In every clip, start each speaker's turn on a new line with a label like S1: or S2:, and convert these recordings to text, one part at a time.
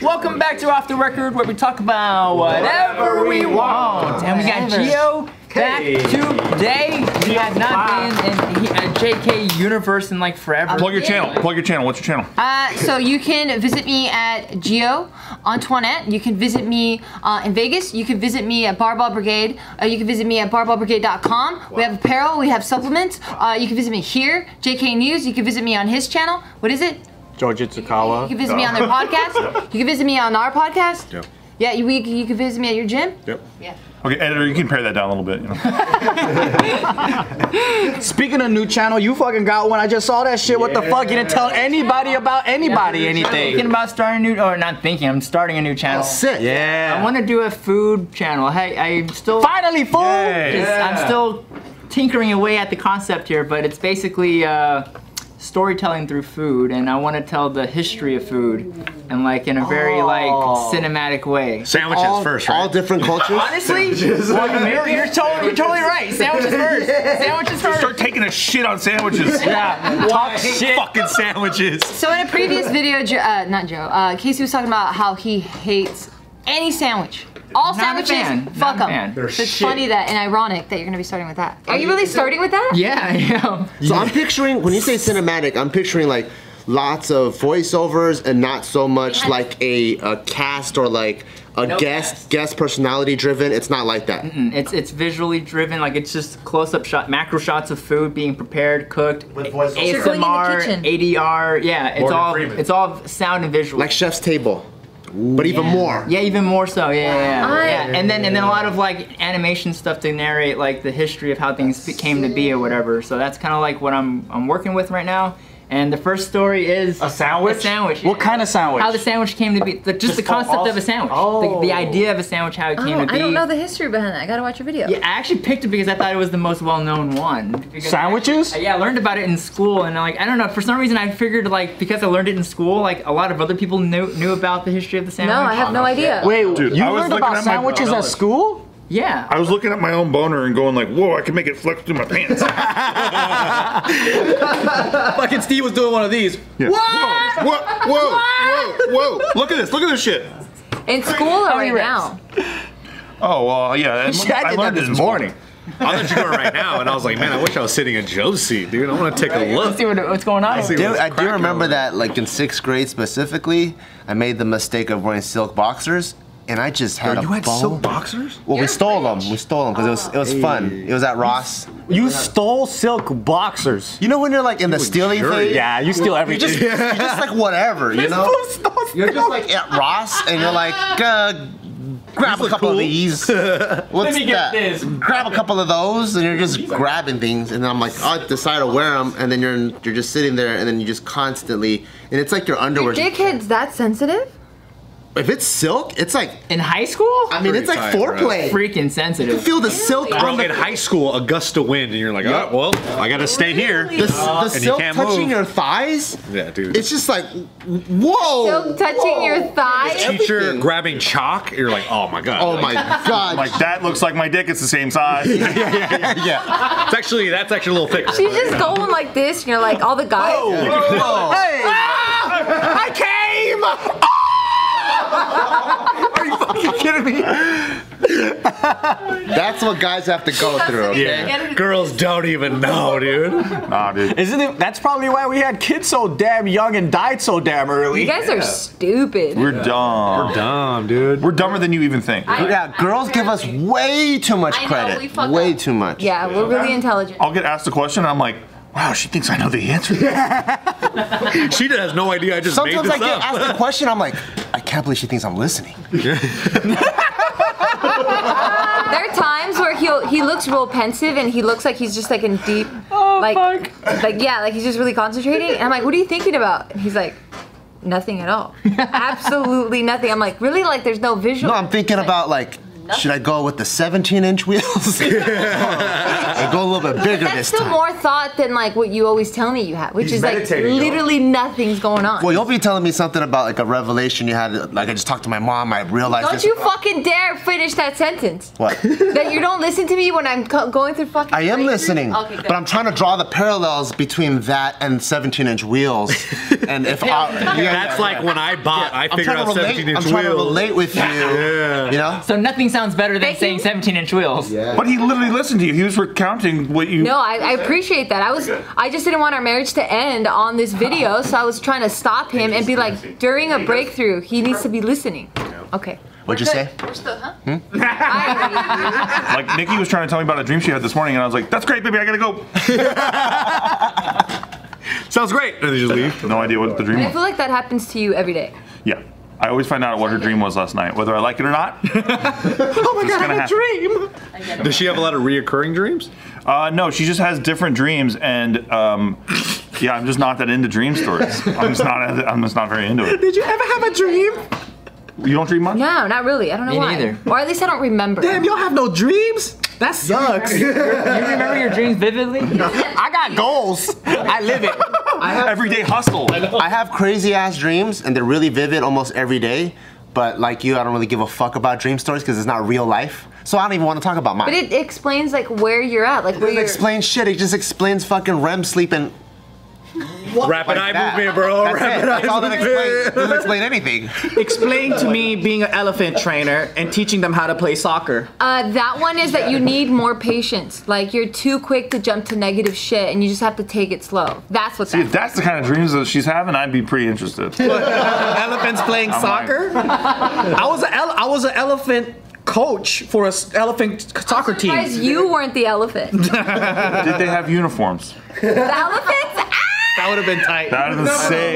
S1: Welcome back to Off the Record, where we talk about whatever we want. And we got Geo back
S2: Hey.
S1: today. He had not been in the uh, JK universe in like forever.
S3: Plug your channel. Plug your channel. What's your channel?
S4: Uh, so you can visit me at Geo on Twinet. You can visit me uh, in Vegas. You can visit me at Barbell Brigade. Uh, you can visit me at barbellbrigade.com. We have apparel. We have supplements. Uh, you can visit me here, JK News. You can visit me on his channel. What is it?
S5: Georgia
S4: You
S5: Tsukala.
S4: can visit me on their podcast. You can visit me on our podcast.
S5: Yep.
S4: Yeah, you, we, you can visit me at your gym.
S5: Yep.
S4: Yeah.
S3: Okay, editor, you can pare that down a little bit. You know?
S2: Speaking of new channel, you fucking got one. I just saw that shit. What the fuck? You didn't tell anybody about anybody
S1: Thinking
S2: anything.
S1: about starting a new, or not thinking, I'm starting a new channel.
S2: Sick.
S1: I
S2: Yeah.
S1: want to do a food channel. Hey, I'm still.
S2: Finally, fool.
S3: Yay.
S1: It's- I'm still tinkering away at the concept here, but it's basically uh, storytelling through food, and I want to tell the history of food, and like in a very like cinematic way.
S5: Sandwiches
S2: All-
S5: first, right?
S6: All different cultures.
S1: Honestly, well, you're, you're, tot- you're totally right. Sandwiches first. Sandwiches
S3: Start
S1: first.
S3: taking a shit on sandwiches.
S1: Yeah. Talk shit.
S3: Fucking sandwiches.
S4: So in a previous video, Jo- uh, not Joe, uh, Casey was talking about how he hates any sandwich. All
S1: Not a
S4: sandwiches,
S1: fan.
S4: fuck
S1: Not a fan.
S4: them.
S1: They're
S4: It's funny that and ironic that you're gonna be starting with that. Are you really starting with that?
S1: Yeah, I am.
S6: So I'm picturing when you say cinematic, I'm picturing like lots of voiceovers and not so much
S4: Yes.
S6: like a, a cast or like a
S1: No
S6: guest
S1: cast.
S6: guest personality driven. It's not like that.
S1: It's it's visually driven, like it's just close up shot, macro shots of food being prepared, cooked,
S7: With voiceover.
S1: ASMR,
S4: You're going in the kitchen.
S1: ADR. Yeah, it's
S7: Morgan
S1: all
S7: Freeman.
S1: it's all sound and visual.
S6: Like Chef's Table, but even more.
S1: Yeah, even more so. Yeah, yeah,
S4: Wow.
S1: yeah. yeah. And then and then a lot of like animation stuff to narrate like the history of how things be- came to be or whatever. So that's kind of like what I'm I'm working with right now. And the first story is
S2: A sandwich?
S1: A sandwich.
S2: What kind of sandwich?
S1: How the sandwich came to be. The, just, the
S2: fall
S1: concept
S2: off?
S1: of a sandwich.
S2: Oh.
S1: The, the idea of a sandwich, how it came
S4: Oh,
S1: to be.
S4: history behind that. I gotta watch your video.
S1: Yeah, I actually picked it because I thought it was the most well-known one. Because
S2: Sandwiches?
S1: I- yeah, I learned about it in school, and like I don't know, for some reason I figured like because I learned it in school, like a lot of other people knew knew about the history of the sandwich.
S4: no
S1: Oh,
S4: idea.
S2: Wait,
S3: Dude,
S2: you
S3: I was
S2: learned
S3: looking
S2: about
S3: at my
S2: sandwiches at
S3: notes.
S2: school?
S1: Yeah,
S3: I was looking at my own boner and going like, whoa, I can make it flex through my pants.
S2: Fucking Steve was doing one of these.
S3: Yeah. Whoa, whoa, whoa, whoa, whoa. Look at this. Look at this shit.
S4: In school or right
S2: reps?
S4: now?
S3: Oh, well, yeah.
S2: Shit, I did that
S3: it
S2: this
S3: in school.
S2: morning.
S5: I'll let you go right now. And I was like, man, I wish I was sitting in Joe's seat, dude. I want to take a
S1: let's
S5: look.
S1: see what, what's going on.
S5: see
S1: over
S5: what-
S1: there.
S5: was
S6: I do
S5: cracking
S6: remember
S5: over
S6: that, like in sixth grade specifically, I made the mistake of wearing silk boxers, and I just had a bone.
S5: boxers?
S6: well, we stole them. We stole them because it was it was fun. It was at Ross.
S2: You stole silk boxers.
S6: You know when you're like in the stealing
S5: jerk.
S6: phase?
S2: Yeah, you steal
S6: You're
S2: everything.
S6: just, you're just like whatever, you know. You're just like at Ross, and you're like, uh, grab a couple of these. What's
S7: me get
S6: that?
S7: this.
S6: Grab a couple of those, and you're just grabbing things. And I'm like, I decide to wear them, and then you're you're just sitting there, and then you just constantly, and it's like your underwear.
S4: Dickhead's that sensitive?
S6: If it's silk, it's like,
S1: in high school?
S6: I mean, it's like
S5: Pretty tight, bro.
S6: foreplay. You
S1: freaking sensitive.
S6: feel the silk
S5: Bro,
S6: on
S5: in
S6: the.
S5: high school, a gust of wind, and you're like, oh, well, I got to stay here.
S6: The, the
S5: Uh, and you
S6: silk
S5: can't
S6: touching
S5: move.
S6: your thighs,
S5: Yeah, dude.
S6: it's just like, whoa!
S4: Silk touching your thigh?
S5: Teacher
S6: everything.
S5: grabbing chalk, you're like, oh my god.
S6: Oh
S5: Like,
S6: my god!
S3: Like, that looks like my dick. It's the same size.
S6: yeah.
S5: It's actually that's actually a little thick.
S4: She's just going like this, and you're like, all the guys.
S2: I came! Are you fucking kidding me?
S6: That's what guys have to go through. Okay?
S5: Yeah. Girls don't even know, dude.
S3: nah, dude.
S2: Isn't it? That's probably why we had kids so damn young and died so damn early.
S4: You guys are stupid.
S3: We're dumb. We're,
S5: Dumb, dude.
S3: dumber than you even think.
S4: I-
S6: Yeah, girls give us way too much
S4: I know, we
S6: credit.
S4: fuck
S6: way
S4: up.
S6: too much.
S4: yeah, we're really intelligent.
S3: I'll get asked a question, and I'm like, wow, she thinks I know the answer. Yeah.
S5: She has no idea. I just
S6: Sometimes
S5: made
S6: I
S5: this
S6: get
S5: up.
S6: asked a question, I'm like, I can't believe she thinks I'm listening.
S4: There are times where he'll he looks real pensive and he looks like he's just like in deep like like yeah, like he's just really concentrating. And I'm like, what are you thinking about? And he's like, nothing at all. Absolutely nothing. I'm like, really? Like there's no visual.
S6: No, I'm thinking about like
S4: nothing.
S6: Should I go with the 17 inch wheels? I go a little bit bigger
S4: That's
S6: this
S4: still
S6: time.
S4: more thought than like what you always tell me you have, which
S5: He's
S4: is like
S5: meditating, y'all.
S4: literally nothing's going on.
S6: well, you'll be telling me something about like a revelation you had. Like I just talked to my mom. I realized.
S4: don't
S6: this-
S4: you fucking dare finish that sentence.
S6: What?
S4: that you don't listen to me when I'm co- going through fucking.
S6: I am
S4: breakthroughs?
S6: listening,
S4: Okay, good.
S6: but I'm trying to draw the parallels between that and 17 inch wheels. and if I, you
S5: That's like when I bought, I
S6: I'm
S5: figured
S6: trying
S5: out
S6: to
S5: 17
S6: relate.
S5: inch
S6: I'm trying to
S5: wheels.
S6: relate with you. You know.
S1: So nothing sounds better than
S4: Thank
S1: saying
S4: you.
S1: 17 inch wheels.
S7: But he literally listened to you. He was recounting what you.
S4: No, I, I appreciate that. I was, I just didn't want our marriage to end on this video, so I was trying to stop him and be like, during a breakthrough, he needs to be listening. Okay.
S6: What'd you say?
S4: We're still, huh? I agree.
S7: Like Nikki was trying to tell me about a dream she had this morning, and I was like, "That's great, baby. I gotta go."
S5: Sounds great. And they just leave.
S7: No idea what the dream
S4: I
S7: was.
S4: feel like that happens to you every day.
S7: Yeah. I always find out what her dream was last night, whether I like it or not. oh my god, I had a dream.
S5: Does she have a lot of reoccurring dreams?
S7: Uh, no, she just has different dreams, and um, yeah, I'm just not that into dream stories. I'm just not. I'm just not very into it. Did you ever have a dream? You don't dream much.
S4: No, not really. I don't know
S1: Me
S4: why.
S1: neither.
S4: Or at least I don't remember.
S2: Damn, y'all have no dreams? That sucks.
S1: You remember your dreams vividly?
S6: I got goals. I live it.
S7: Everyday hustle.
S6: I have crazy ass dreams, and they're really vivid almost every day. But like you, I don't really give a fuck about dream stories because it's not real life. So I don't even want to talk about mine.
S4: But it explains like where you're at, like where
S6: doesn't
S4: you're.
S6: explain shit. It just explains fucking REM sleep and
S5: Rapid
S6: like
S5: eye
S6: that.
S5: movement, bro.
S6: That's
S5: Rapid
S6: it. That's all
S5: eye
S6: that explains.
S5: movement.
S6: Doesn't explain anything.
S2: Explain to me being an elephant trainer and teaching them how to play soccer.
S4: Uh, that one is that you need more patience. Like you're too quick to jump to negative shit, and you just have to take it slow. That's what
S7: If
S4: that.
S7: that's the kind of dreams that she's having, I'd be pretty interested.
S2: Elephants playing
S7: I'm like-
S2: soccer? I was a ele- I was an elephant coach for an elephant c- soccer team.
S4: Guys, you weren't the elephant. the
S7: Did they have uniforms?
S4: elephants.
S2: That would have been tight.
S7: That doesn't say.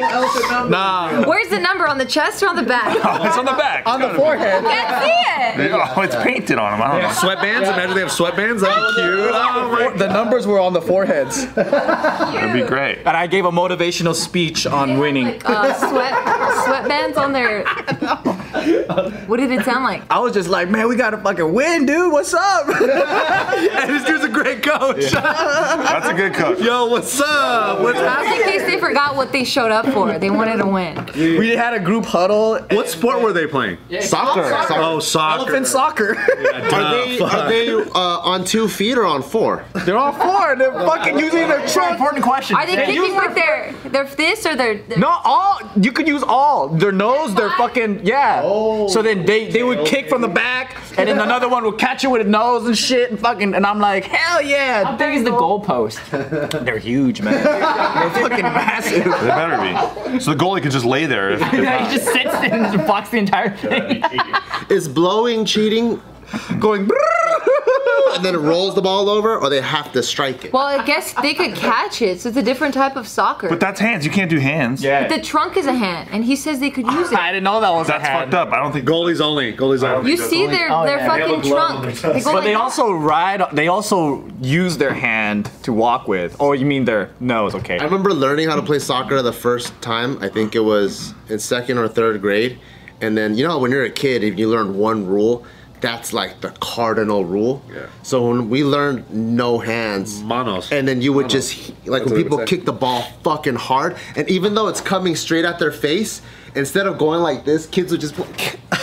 S2: Nah,
S4: Where's the number on the chest or on the back?
S7: It's on the back.
S2: on the forehead.
S4: Can't see it.
S7: Oh, it's painted on them. I don't know.
S5: Sweatbands? Imagine they have sweatbands. That'd be cute. Oh my
S2: The numbers were on the foreheads.
S7: That'd be great.
S2: And I gave a motivational speech on winning.
S4: Like, uh, sweat sweatbands on their. What did it sound like?
S2: I was just like, man, we gotta fucking win, dude. What's up? and this dude's a great coach.
S7: That's a good cook.
S5: Yo, what's up? What's happening?
S4: Just in case they forgot what they showed up for, they wanted to win.
S2: we had a group huddle.
S5: What sport were they playing?
S6: Soccer.
S5: Oh, soccer.
S2: Elephant soccer.
S6: Are they, are they uh, on two feet or on four?
S2: They're all four. They're fucking using their trunk.
S1: Important question.
S4: Are they
S2: use
S4: kicking
S2: their
S4: with their their this or their?
S2: No, all you could use all their nose, their fucking yeah. so then they they would kick from the back, and then another one would catch it with a nose and shit, and fucking. And I'm like, hell
S1: How
S2: yeah,
S1: big is the goalpost? They're huge, man.
S2: they're fucking massive.
S7: They better be. So the goalie could just lay there. If, if
S1: he
S7: not.
S1: just sits and just blocks the entire thing.
S6: Is blowing cheating?
S2: Going.
S6: And then it rolls the ball over, or they have to strike it.
S4: Well, I guess they could catch it, so it's a different type of soccer.
S7: But that's hands. You can't do hands. Yeah.
S4: The trunk is a hand, and he says they could use
S2: I
S4: it.
S2: didn't know that was
S7: That's
S2: a hand.
S7: fucked up. I don't think.
S5: Goalies only. Goalies only.
S4: You see their
S1: Oh,
S4: their
S1: yeah. They
S4: fucking trunk. They go
S2: But
S4: like
S2: they
S4: that.
S2: also ride. They also use their hand to walk with. Oh, you mean their nose? Okay.
S6: I remember learning how to play soccer the first time. I think it was in second or third grade. And then you know when you're a kid, if you learn one rule, that's like the cardinal rule.
S5: Yeah.
S6: So when we learned no hands,
S5: Manos.
S6: and then you would
S5: Manos.
S6: just like
S5: That's what
S6: when
S5: they
S6: people
S5: would say.
S6: kick the ball fucking hard, and even though it's coming straight at their face, instead of going like this, kids would just.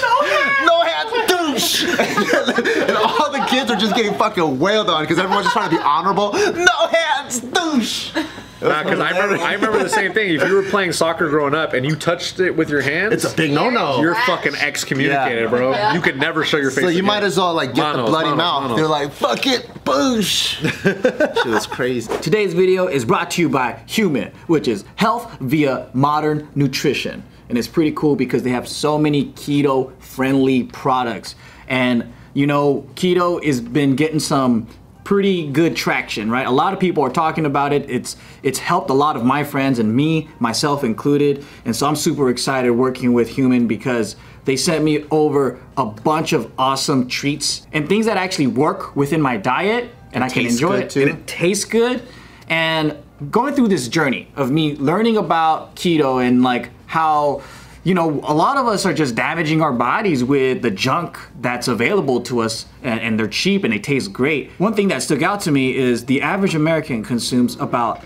S6: No hands, douche! and all the kids are just getting fucking wailed on because everyone's just trying to be honorable. No hands, douche!
S5: Because I remember, I remember the same thing. If you were playing soccer growing up and you touched it with your hands,
S6: It's a big no-no.
S5: you're fucking excommunicated,
S6: Yeah.
S5: bro. You could never show your face.
S6: So you
S5: again.
S6: might as well like get
S5: Manos,
S6: the bloody
S5: manos,
S6: mouth.
S5: manos.
S6: They're like, fuck it, boosh. Shit was crazy.
S2: Today's video is brought to you by Human, which is health via modern nutrition. And it's pretty cool because they have so many keto friendly products. And you know, keto has been getting some pretty good traction, right? A lot of people are talking about it. It's it's helped a lot of my friends and me, myself included. And so I'm super excited working with Human because they sent me over a bunch of awesome treats and things that actually work within my diet and I can
S6: tastes
S2: enjoy
S6: good
S2: it
S6: too.
S2: and it tastes good and going through this journey of me learning about keto and like how you know, a lot of us are just damaging our bodies with the junk that's available to us, and, and they're cheap and they taste great. One thing that stuck out to me is the average American consumes about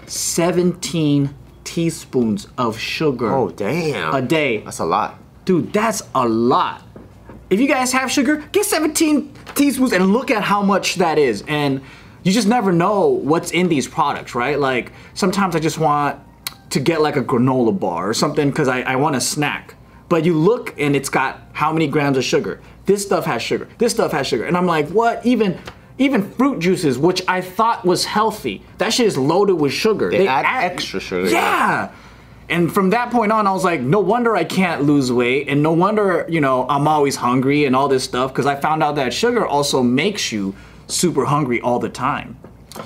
S2: 17 teaspoons of sugar.
S6: Oh damn.
S2: A day.
S6: That's a lot.
S2: Dude, that's a lot. If you guys have sugar, get 17 teaspoons and look at how much that is. And you just never know what's in these products, right? Like sometimes I just want to get like a granola bar or something because I, I want a snack. But you look and it's got how many grams of sugar. This stuff has sugar. This stuff has sugar. And I'm like, what? Even even fruit juices, which I thought was healthy, that shit is loaded with sugar.
S6: They add extra sugar.
S2: Yeah. And from that point on, I was like, no wonder I can't lose weight, and no wonder, you know, I'm always hungry and all this stuff, because I found out that sugar also makes you super hungry all the time.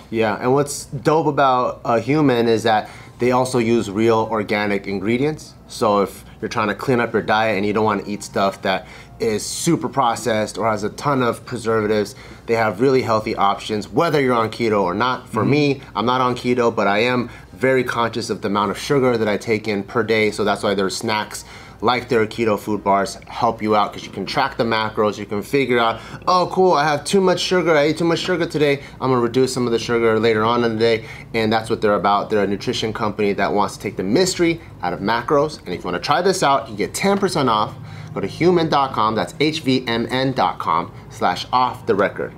S6: Yeah, and what's dope about a human is that they also use real organic ingredients. So if you're trying to clean up your diet and you don't want to eat stuff that is super processed or has a ton of preservatives, they have really healthy options whether you're on keto or not. For me, I'm not on keto, but I am very conscious of the amount of sugar that I take in per day, so that's why there's snacks like their keto food bars help you out because you can track the macros. You can figure out, oh, cool, I have too much sugar. I ate too much sugar today. I'm gonna reduce some of the sugar later on in the day. And that's what they're about. They're a nutrition company that wants to take the mystery out of macros. And if you wanna try this out, you get 10% off. Go to human.com, that's hvmn.com slash off the record.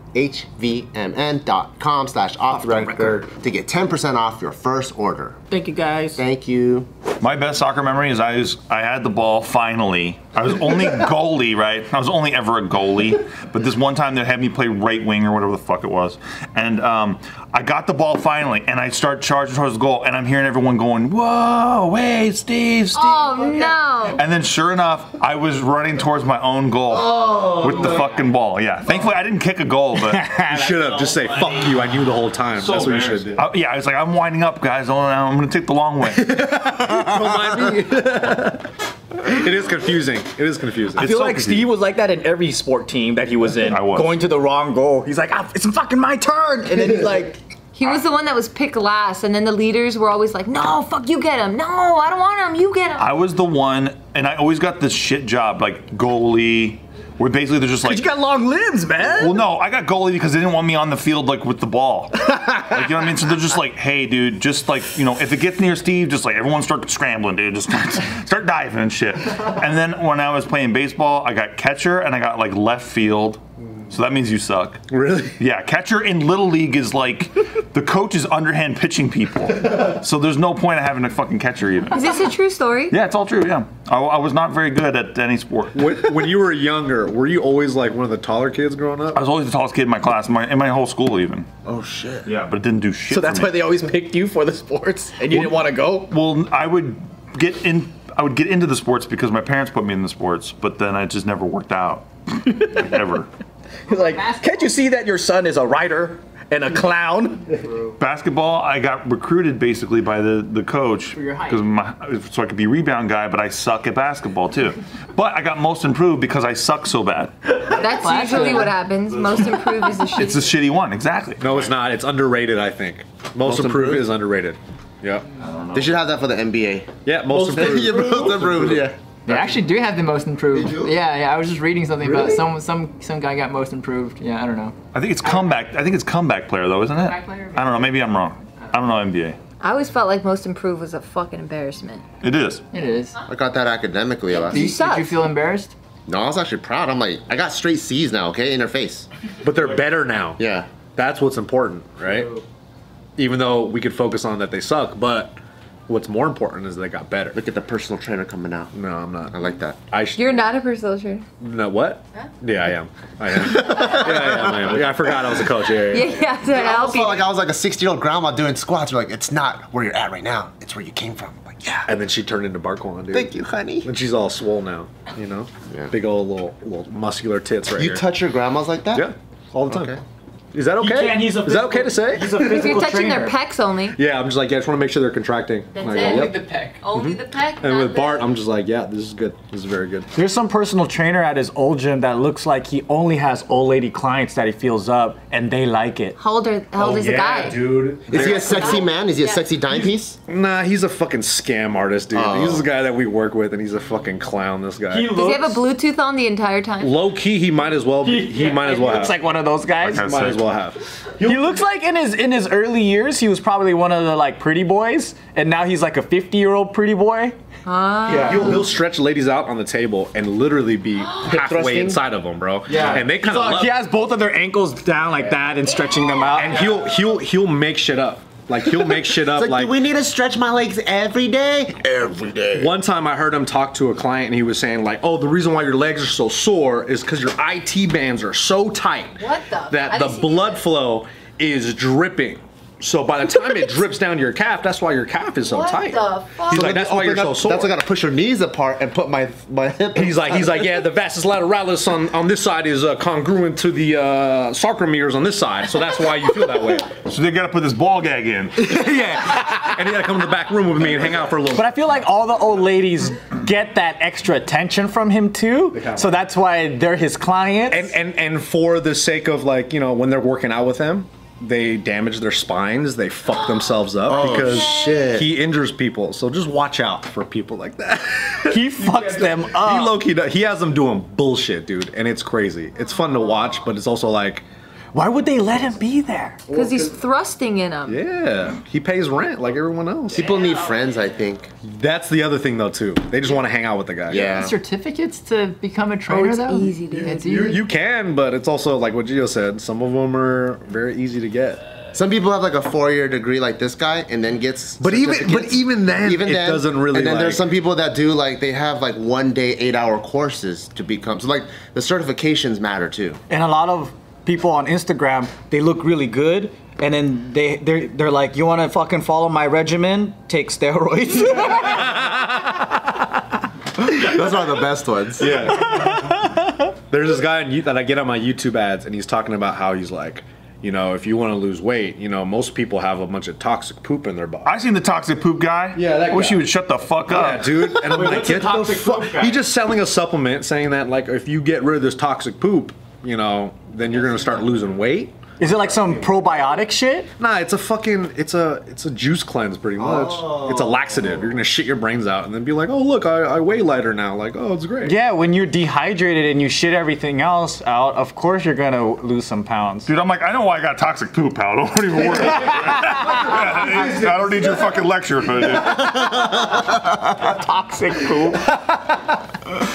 S6: hvmn.com slash off the record to get 10% off your first order.
S2: Thank you guys.
S6: Thank you.
S7: My best soccer memory is I was I had the ball finally. I was only goalie, right? I was only ever a goalie. But this one time they had me play right wing or whatever the fuck it was, and um, I got the ball finally, and I start charging towards the goal, and I'm hearing everyone going, "Whoa, wait, Steve, Steve!"
S4: Oh no!
S7: And then sure enough, I was running towards my own goal
S2: Oh
S7: with the fucking ball. Yeah, thankfully I didn't kick a goal, but
S5: You should have just say "fuck you." I knew the whole time. That's what you should do.
S7: I- Uh, yeah, I was like, "I'm winding up, guys. Oh, no, I'm gonna take the long way."
S5: It is confusing. It is confusing.
S2: I feel
S7: so
S2: like
S7: confusing.
S2: Steve was like that in every sport team that he was in.
S7: I was.
S2: Going to the wrong goal. He's like, ah, it's fucking my turn. And then he's like,
S4: He was the one that was picked last, and then the leaders were always like, "No, fuck, you get him. No, I don't want him. You get him."
S7: I was the one, and I always got this shit job, like goalie, where basically they're just like,
S2: you got long limbs, man.
S7: well, no, I got goalie because they didn't want me on the field like with the ball. like, you know what I mean? So they're just like, hey, dude, just like, you know, if it gets near Steve, just like everyone start scrambling, dude, just start diving and shit. And then when I was playing baseball, I got catcher and I got like left field. So that means you suck.
S5: Really?
S7: Yeah, catcher in little league is like the coach is underhand pitching people. So there's no point of having a fucking catcher even.
S4: Is this a true story?
S7: Yeah, it's all true. Yeah, I, I was not very good at any sport. I
S5: When, when you were younger, were you always like one of the taller kids growing up?
S7: was always the tallest kid in my class, my, in my whole school even.
S6: Oh, shit.
S7: Yeah, but it didn't do shit.
S2: So that's why they always picked you for the sports and you didn't want to go?
S7: Well, I would get in. I would get into the sports because my parents put me in the sports, but then I just never worked out, Like, ever.
S2: He's like, can't you see that your son is a writer and a clown?
S7: Basketball, I got recruited basically by the, the coach
S1: your height.
S7: because my so I could be rebound guy, but I suck at basketball too. But I got most improved because I suck so bad.
S4: That's usually what happens. Most improved is the shit.
S7: It's a shitty one, exactly.
S5: No, it's not. It's underrated. I think most, improved,
S6: improved?
S5: is underrated. Yeah.
S6: They should have that for the NBA.
S5: Yeah. Most, improved.
S6: Yeah, both approved, yeah.
S1: They actually do have the most improved. Yeah, yeah. I was just reading something about some some some guy got most improved. Yeah, I don't know.
S7: I think it's comeback. I think it's comeback player though, isn't it?
S1: Comeback player?
S7: I don't know. Maybe I'm wrong. I don't know NBA.
S4: I always felt like most improved was a fucking embarrassment.
S7: It is.
S1: It is.
S6: I got that academically. Last.
S1: Did you,
S4: suck.
S1: did you feel embarrassed?
S6: No, I was actually proud. I'm like, I got straight C's now, okay, in her face.
S5: but they're better now.
S6: Yeah.
S5: That's what's important, right? Even though we could focus on that they suck, but what's more important is they got better.
S6: Look at the personal trainer coming out.
S5: No, I'm not.
S6: I like that.
S5: I should.
S4: You're not a personal trainer.
S5: No, what? Yeah, I am. I am. yeah, I am. I am. Yeah, I forgot I was a coach. Yeah, yeah. yeah.
S4: Yeah, yeah. To
S6: I almost
S4: help you.
S6: felt like I was like a 60 year old grandma doing squats. You're like, it's not where you're at right now. It's where you came from. I'm like, yeah.
S5: And then she turned into Barquan, dude.
S6: Thank you, honey.
S5: And she's all swole now, you know?
S6: Yeah.
S5: Big old little, little muscular tits right
S6: You
S5: here.
S6: touch your grandmas like that?
S5: Yeah, all the time.
S6: Okay.
S5: Is that okay?
S2: can, he's a
S5: Is that okay to
S2: physical-
S5: say?
S2: He's a physical
S4: You're touching
S2: trainer.
S4: their pecs only.
S5: yeah, I'm just like, yeah, I just want to make sure they're contracting. And I go,
S4: it.
S5: "Yep."
S1: the peck.
S4: Only the pec.
S5: And
S4: not
S5: with
S4: the-
S5: Bart, I'm just like, yeah, this is good. This is very good.
S2: There's some personal trainer at his old gym that looks like he only has old lady clients that he feels up, and they like it.
S4: How old, are, how old is the guy?
S5: dude.
S6: Is he a sexy
S4: Yeah.
S6: man? Is he a
S4: Yeah.
S6: sexy dime piece?
S5: Nah, he's a fucking scam artist, dude. He's the guy that we work with, and he's a fucking clown. This guy.
S4: Does he have a Bluetooth on the entire time?
S5: Low key, he might as well. Be, he might as well have.
S2: Looks like one of those guys.
S7: Okay.
S5: might as well have.
S2: He looks like in his in his early years, he was probably one of the like pretty boys, and now he's like a 50 year old pretty boy.
S5: He'll, he'll stretch ladies out on the table and literally be halfway inside of them, bro. Yeah, and they kind of
S2: Fuck,
S5: love.
S2: he has both of their ankles down like that and stretching them out.
S5: And he'll he'll he'll make shit up. Like he'll make shit up.
S6: Like,
S5: like
S6: do we need to stretch my legs every day? Every day.
S5: One time I heard him talk to a client and he was saying like, "Oh, the reason why your legs are so sore is because your IT bands are so tight
S4: What the-
S5: that
S4: I
S5: the
S4: didn't see
S5: blood
S4: that.
S5: flow is dripping. So by the time it drips down to your calf, that's why your calf is so
S4: What
S5: tight.
S4: the fuck?
S5: He's
S4: So
S6: Like,
S5: like, that's why you're
S6: open
S5: so
S6: up-
S5: sore.
S6: That's why I gotta push your knees apart and put my my hip.
S5: He's like, he's like, yeah. The vastus lateralis on, on this side is uh, congruent to the uh, sarcomeres on this side, so that's why you feel that way.
S7: So they gotta put this ball gag in.
S5: And he had to come to the back room with me and hang out for a little.
S2: But I feel like all the old ladies get that extra attention from him too, so that's why they're his clients.
S5: and and and for the sake of like you know when they're working out with him they damage their spines they fuck themselves up because
S6: Oh, shit.
S5: he injures people so just watch out for people like that
S2: he fucks them
S5: he
S2: up.
S5: low-key does- he has them doing bullshit dude and it's crazy it's fun to watch but it's also like
S2: why would they let him be there?
S4: Because he's thrusting in them.
S5: yeah he pays rent like everyone else
S6: People need friends, I think.
S5: that's the other thing though too they just want to hang out with the guy
S6: Yeah.
S1: Certificates to become a trainer
S4: Oh, it's
S1: though?
S4: easy, dude.
S1: It's
S5: you,
S1: easy.
S5: you can but it's also like what Gio said some of them are very easy to get
S6: Some people have like a four-year degree, like this guy, and then gets.
S5: But even-
S6: certificates.
S5: but even then, it doesn't really,
S6: And then
S5: like-
S6: there's some people that do like they have like one-day, eight-hour courses to become. So like the certifications matter too.
S2: and a lot of people on Instagram, they look really good, and then they they're, they're like, you want to fucking follow my regimen? Take steroids.
S6: Those are the best ones.
S5: Yeah. There's this guy on you- that I get on my YouTube ads, and he's talking about how he's like, you know, if you want to lose weight, you know, most people have a bunch of toxic poop in their body.
S7: I seen the toxic poop guy.
S5: Yeah, that
S7: I wish he
S5: guy.
S7: would shut the fuck up.
S5: yeah, dude. And I'm like,
S2: what's a
S5: get the
S2: toxic
S5: fuck.
S2: poop guy?
S5: He's just selling a supplement saying that, like, if you get rid of this toxic poop, you know, then you're gonna start losing weight.
S2: Is it like some probiotic shit?
S5: Nah, it's a fucking, it's a, it's a juice cleanse, pretty much. It's a laxative. You're gonna shit your brains out and then be like, oh look, I, I weigh lighter now. Like, oh, it's great.
S2: Yeah, when you're dehydrated and you shit everything else out, of course you're gonna lose some pounds.
S7: Dude, I'm like, I know why I got toxic poop, pal. Don't even worry. I don't need your fucking lecture, but uh,
S2: Toxic poop.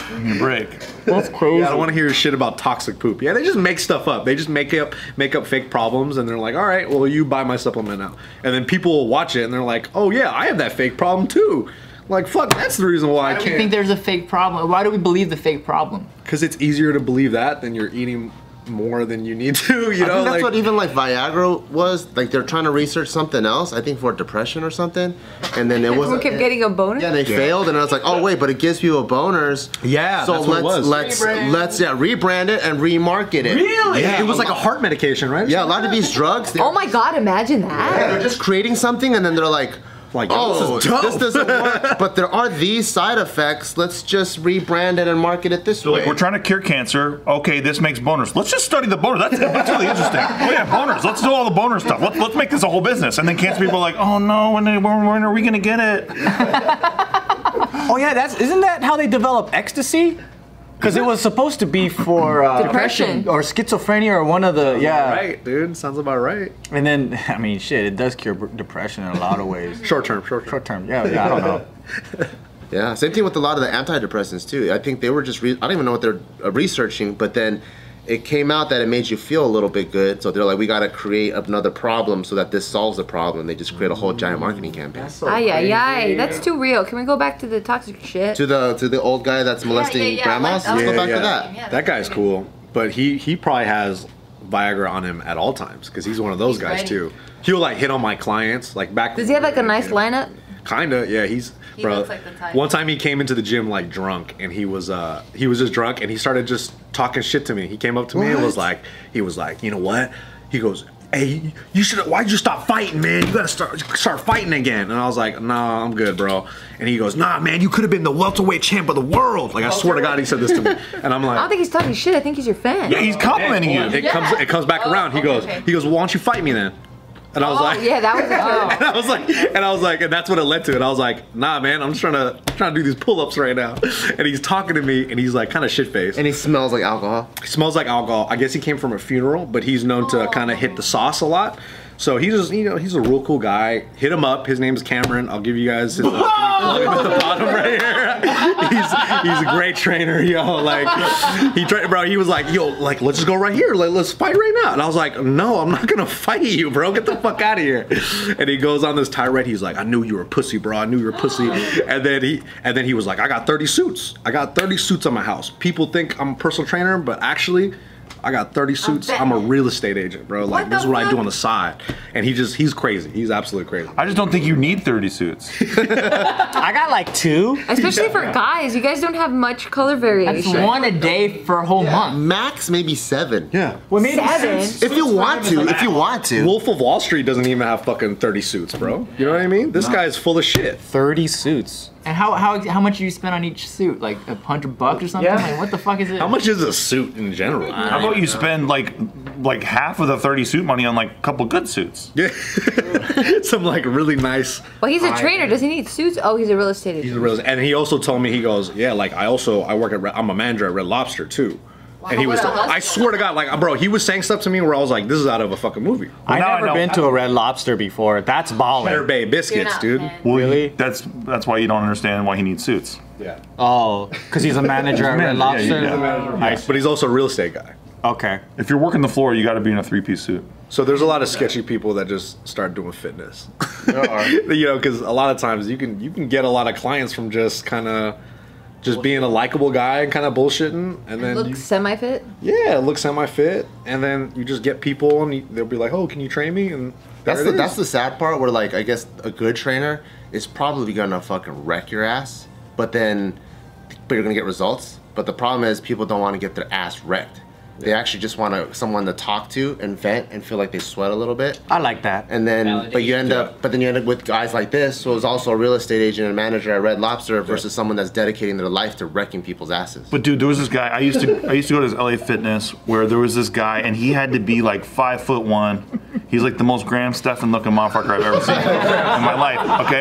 S7: give me a break.
S2: That's crazy.
S5: Yeah, I don't want to hear shit about toxic poop. Yeah, they just make stuff up. They just make up make up fake problems, and they're like, "All right, well, you buy my supplement now." And then people will watch it, and they're like, "Oh yeah, I have that fake problem too." Like, fuck, that's the reason why I
S1: Why do we think
S5: can't.
S1: there's a fake problem? Why do we believe the fake problem?
S5: Because it's easier to believe that than you're eating more than you need to. You
S6: I
S5: know,
S6: think that's
S5: like
S6: what even like Viagra was. Like they're trying to research something else. I think for depression or something, and then it was.
S4: Everyone kept getting a bonus.
S6: Yeah, they failed, and I was like, oh wait, but it gives people boners.
S5: Yeah,
S6: So
S5: that's what
S6: let's
S5: it was.
S6: let's let's yeah rebrand it and remarket it.
S2: Really?
S5: yeah,
S6: Yeah,
S5: it was like a
S6: lot-
S5: heart medication, right?
S6: Yeah, a lot of these drugs. They're,
S4: Oh my god, imagine that.
S6: they're just creating something, and then they're like.
S5: Like,
S6: oh,
S5: this is dope."
S6: this doesn't work. but there are these side effects. Let's just rebrand it and market it this
S7: So,
S6: way.
S7: like, we're trying to cure cancer. Okay, this makes boners. Let's just study the boner. That's, that's really interesting. Oh, yeah, boners. Let's do all the boner stuff. Let's, let's make this a whole business. And then cancer people are like, oh, no, when, when, when are we going to get it?
S2: Oh yeah, that's isn't that how they develop ecstasy? Because it was supposed to be for uh,
S4: Depression.
S2: or schizophrenia or one of the yeah.
S5: Right, dude. Sounds about right.
S2: And then I mean, shit, it does cure b- depression in a lot of ways.
S5: Short term, short term.
S2: Short term, yeah, yeah, I don't know.
S6: Yeah, same thing with a lot of the antidepressants too. I think they were just re- I don't even know what they're uh, researching, but then it came out that it made you feel a little bit good. So they're like, we got to create another problem so that this solves the problem. They just create a whole giant marketing campaign.
S4: Ay, ay, ay. That's too real. Can we go back to the toxic shit?
S6: to the to the old guy that's molesting
S4: yeah, yeah,
S6: grandmas.
S4: like-
S6: Let's
S4: oh,
S6: go back
S4: yeah,
S6: to
S4: yeah.
S6: that.
S5: That guy's cool, but he he probably has Viagra on him at all times because he's one of those
S4: He's
S5: guys
S4: ready.
S5: too. He'll like hit on my clients like back.
S4: Does he have like a nice lineup?
S5: Kinda, yeah. He's
S4: He
S5: bro.
S4: looks like the type.
S5: One time he came into the gym like drunk, and he was uh he was just drunk, and he started just talking shit to me. He came up to me and was like, he was like, you know what? He goes, "Hey, you should. Why'd you stop fighting, man? You gotta start start fighting again." And I was like, "Nah, I'm good, bro." And he goes, "Nah, man, you could have been the welterweight champ of the world." Like I swear to God, he said this to me, and
S4: I don't
S5: I'm like.
S4: think he's talking shit. I think he's your fan.
S7: Yeah, he's complimenting you.
S5: It comes, it comes back
S4: Oh,
S5: around. He
S4: okay,
S5: goes,
S4: okay.
S5: he goes, well, why don't you fight me then? And I was
S4: oh,
S5: like,
S4: yeah, that was.
S5: I was like, and I was like, and that's what it led to. And I was like, nah, man, I'm just trying to trying to do these pull-ups right now. And he's talking to me, and he's like, kind of shit faced.
S6: And he smells like alcohol.
S5: He smells like alcohol. I guess he came from a funeral, but he's known to kind of hit the sauce a lot. So he's just, you know, he's a real cool guy. Hit him up. His name is Cameron. I'll give you guys his plug at the bottom right here. he's, he's a great trainer, yo. Like he tra- bro, he was like, yo, like let's just go right here. Like, let's fight right now. And I was like, no, I'm not gonna fight you, bro. Get the fuck out of here. And he goes on this tirade. He's like, I knew you were a pussy, bro. I knew you were a pussy. And then he and then he was like, I got 30 suits. I got 30 suits on my house. People think I'm a personal trainer, but actually. I got 30 suits. I'm a real estate agent, bro. Like
S4: What
S5: this is
S4: the
S5: what I do
S4: fuck?
S5: on the side. And he just he's crazy. He's absolutely crazy.
S7: I just don't think you need 30 suits.
S2: I got like two.
S4: Especially for guys, you guys don't have much color
S1: That's
S4: variation.
S1: one a day for a whole month.
S6: Max maybe seven.
S5: Yeah.
S2: Well, maybe
S4: Seven.
S2: six.
S6: If you want to, if you want to.
S5: Wolf of Wall Street doesn't even have fucking 30 suits, bro. You know what I mean? This guy's full of shit.
S2: 30 suits.
S1: And how, how how much do you spend on each suit? Like a hundred bucks or something?
S2: Yeah.
S1: Like what the fuck is it?
S5: How much is a suit in general?
S7: How about you spend like like half of the 30 suit money on like a couple good suits?
S5: Yeah. Some like really nice.
S4: Well, he's a trainer. Does he need suits? Oh, he's a real estate
S5: He's
S4: agent.
S5: a real- And he also told me he goes, yeah, like I also I work at Red, I'm a manager at Red Lobster too. And he was,
S4: Wow.
S5: I swear to God, like, bro, he was saying stuff to me where I was like, this is out of a fucking movie.
S2: I've
S7: now I
S2: never
S7: know.
S2: been to a Red Lobster before. That's
S5: Better
S2: baller.
S5: Bay biscuits, dude.
S7: Well,
S2: Really?
S7: That's that's why you don't understand why he needs suits.
S5: Yeah.
S2: Oh, because he's a manager at Red
S7: manager, yeah,
S2: Lobster.
S7: yeah.
S2: Nice.
S5: But he's also a real estate guy.
S2: Okay.
S7: If you're working the floor, you got to be in a three-piece suit.
S5: So there's a lot of sketchy people that just start doing fitness. you know, because a lot of times you can you can get a lot of clients from just kind of just being a likable guy and kind of bullshitting, and then
S4: Looks semi-fit.
S5: you, yeah, look semi fit, and then you just get people and you, they'll be like, oh, can you train me? And there
S6: That's
S5: it
S6: the,
S5: is.
S6: that's the sad part where like I guess a good trainer is probably gonna fucking wreck your ass, but then but you're gonna get results. But the problem is people don't want to get their ass wrecked. They actually just want to someone to talk to and vent and feel like they sweat a little bit.
S2: I like that.
S6: And then but you end up but then you end up with guys like this who is also a real estate agent and manager at Red Lobster versus someone that's dedicating their life to wrecking people's asses.
S7: But dude, there was this guy. I used to I used to go to this LA Fitness where there was this guy, and he had to be like five foot one. He's like the most Graham Stephan looking motherfucker I've ever seen in my life. Okay,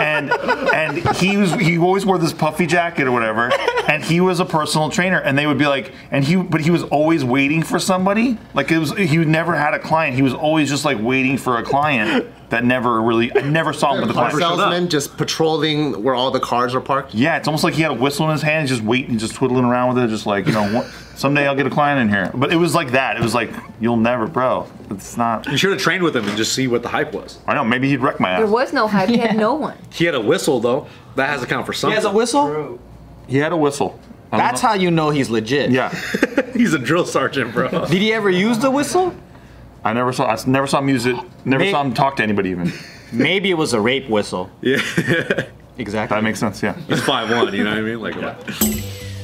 S7: and and he was he always wore this puffy jacket or whatever, and he was a personal trainer, and they would be like, and he but he was always waiting for somebody. Like it was he never had a client. He was always just like waiting for a client that never really I never saw him with the client.
S6: salesman just patrolling where all the cars are parked.
S7: Yeah, it's almost like he had a whistle in his hand, just waiting, just twiddling around with it, just like you know, what, someday I'll get a client in here. But it was like that. It was like you'll never, bro. It's not.
S5: you should have trained with him and just see what the hype was.
S7: I know. Maybe he'd wreck my
S4: There
S7: ass.
S4: was no hype. He had no one.
S5: He had a whistle though. That has to count for
S2: He
S5: something.
S2: has a whistle?
S7: He had a whistle. I don't
S2: That's
S7: know.
S2: how you know he's legit.
S7: Yeah,
S5: He's a drill sergeant, bro.
S2: Did he ever use the whistle?
S7: I never saw. I s- never saw him use it. Never
S2: May-
S7: saw him talk to anybody. Even
S2: Maybe it was a rape whistle. Yeah. exactly.
S7: that makes sense. Yeah.
S5: He's five one. You know what I mean? Like,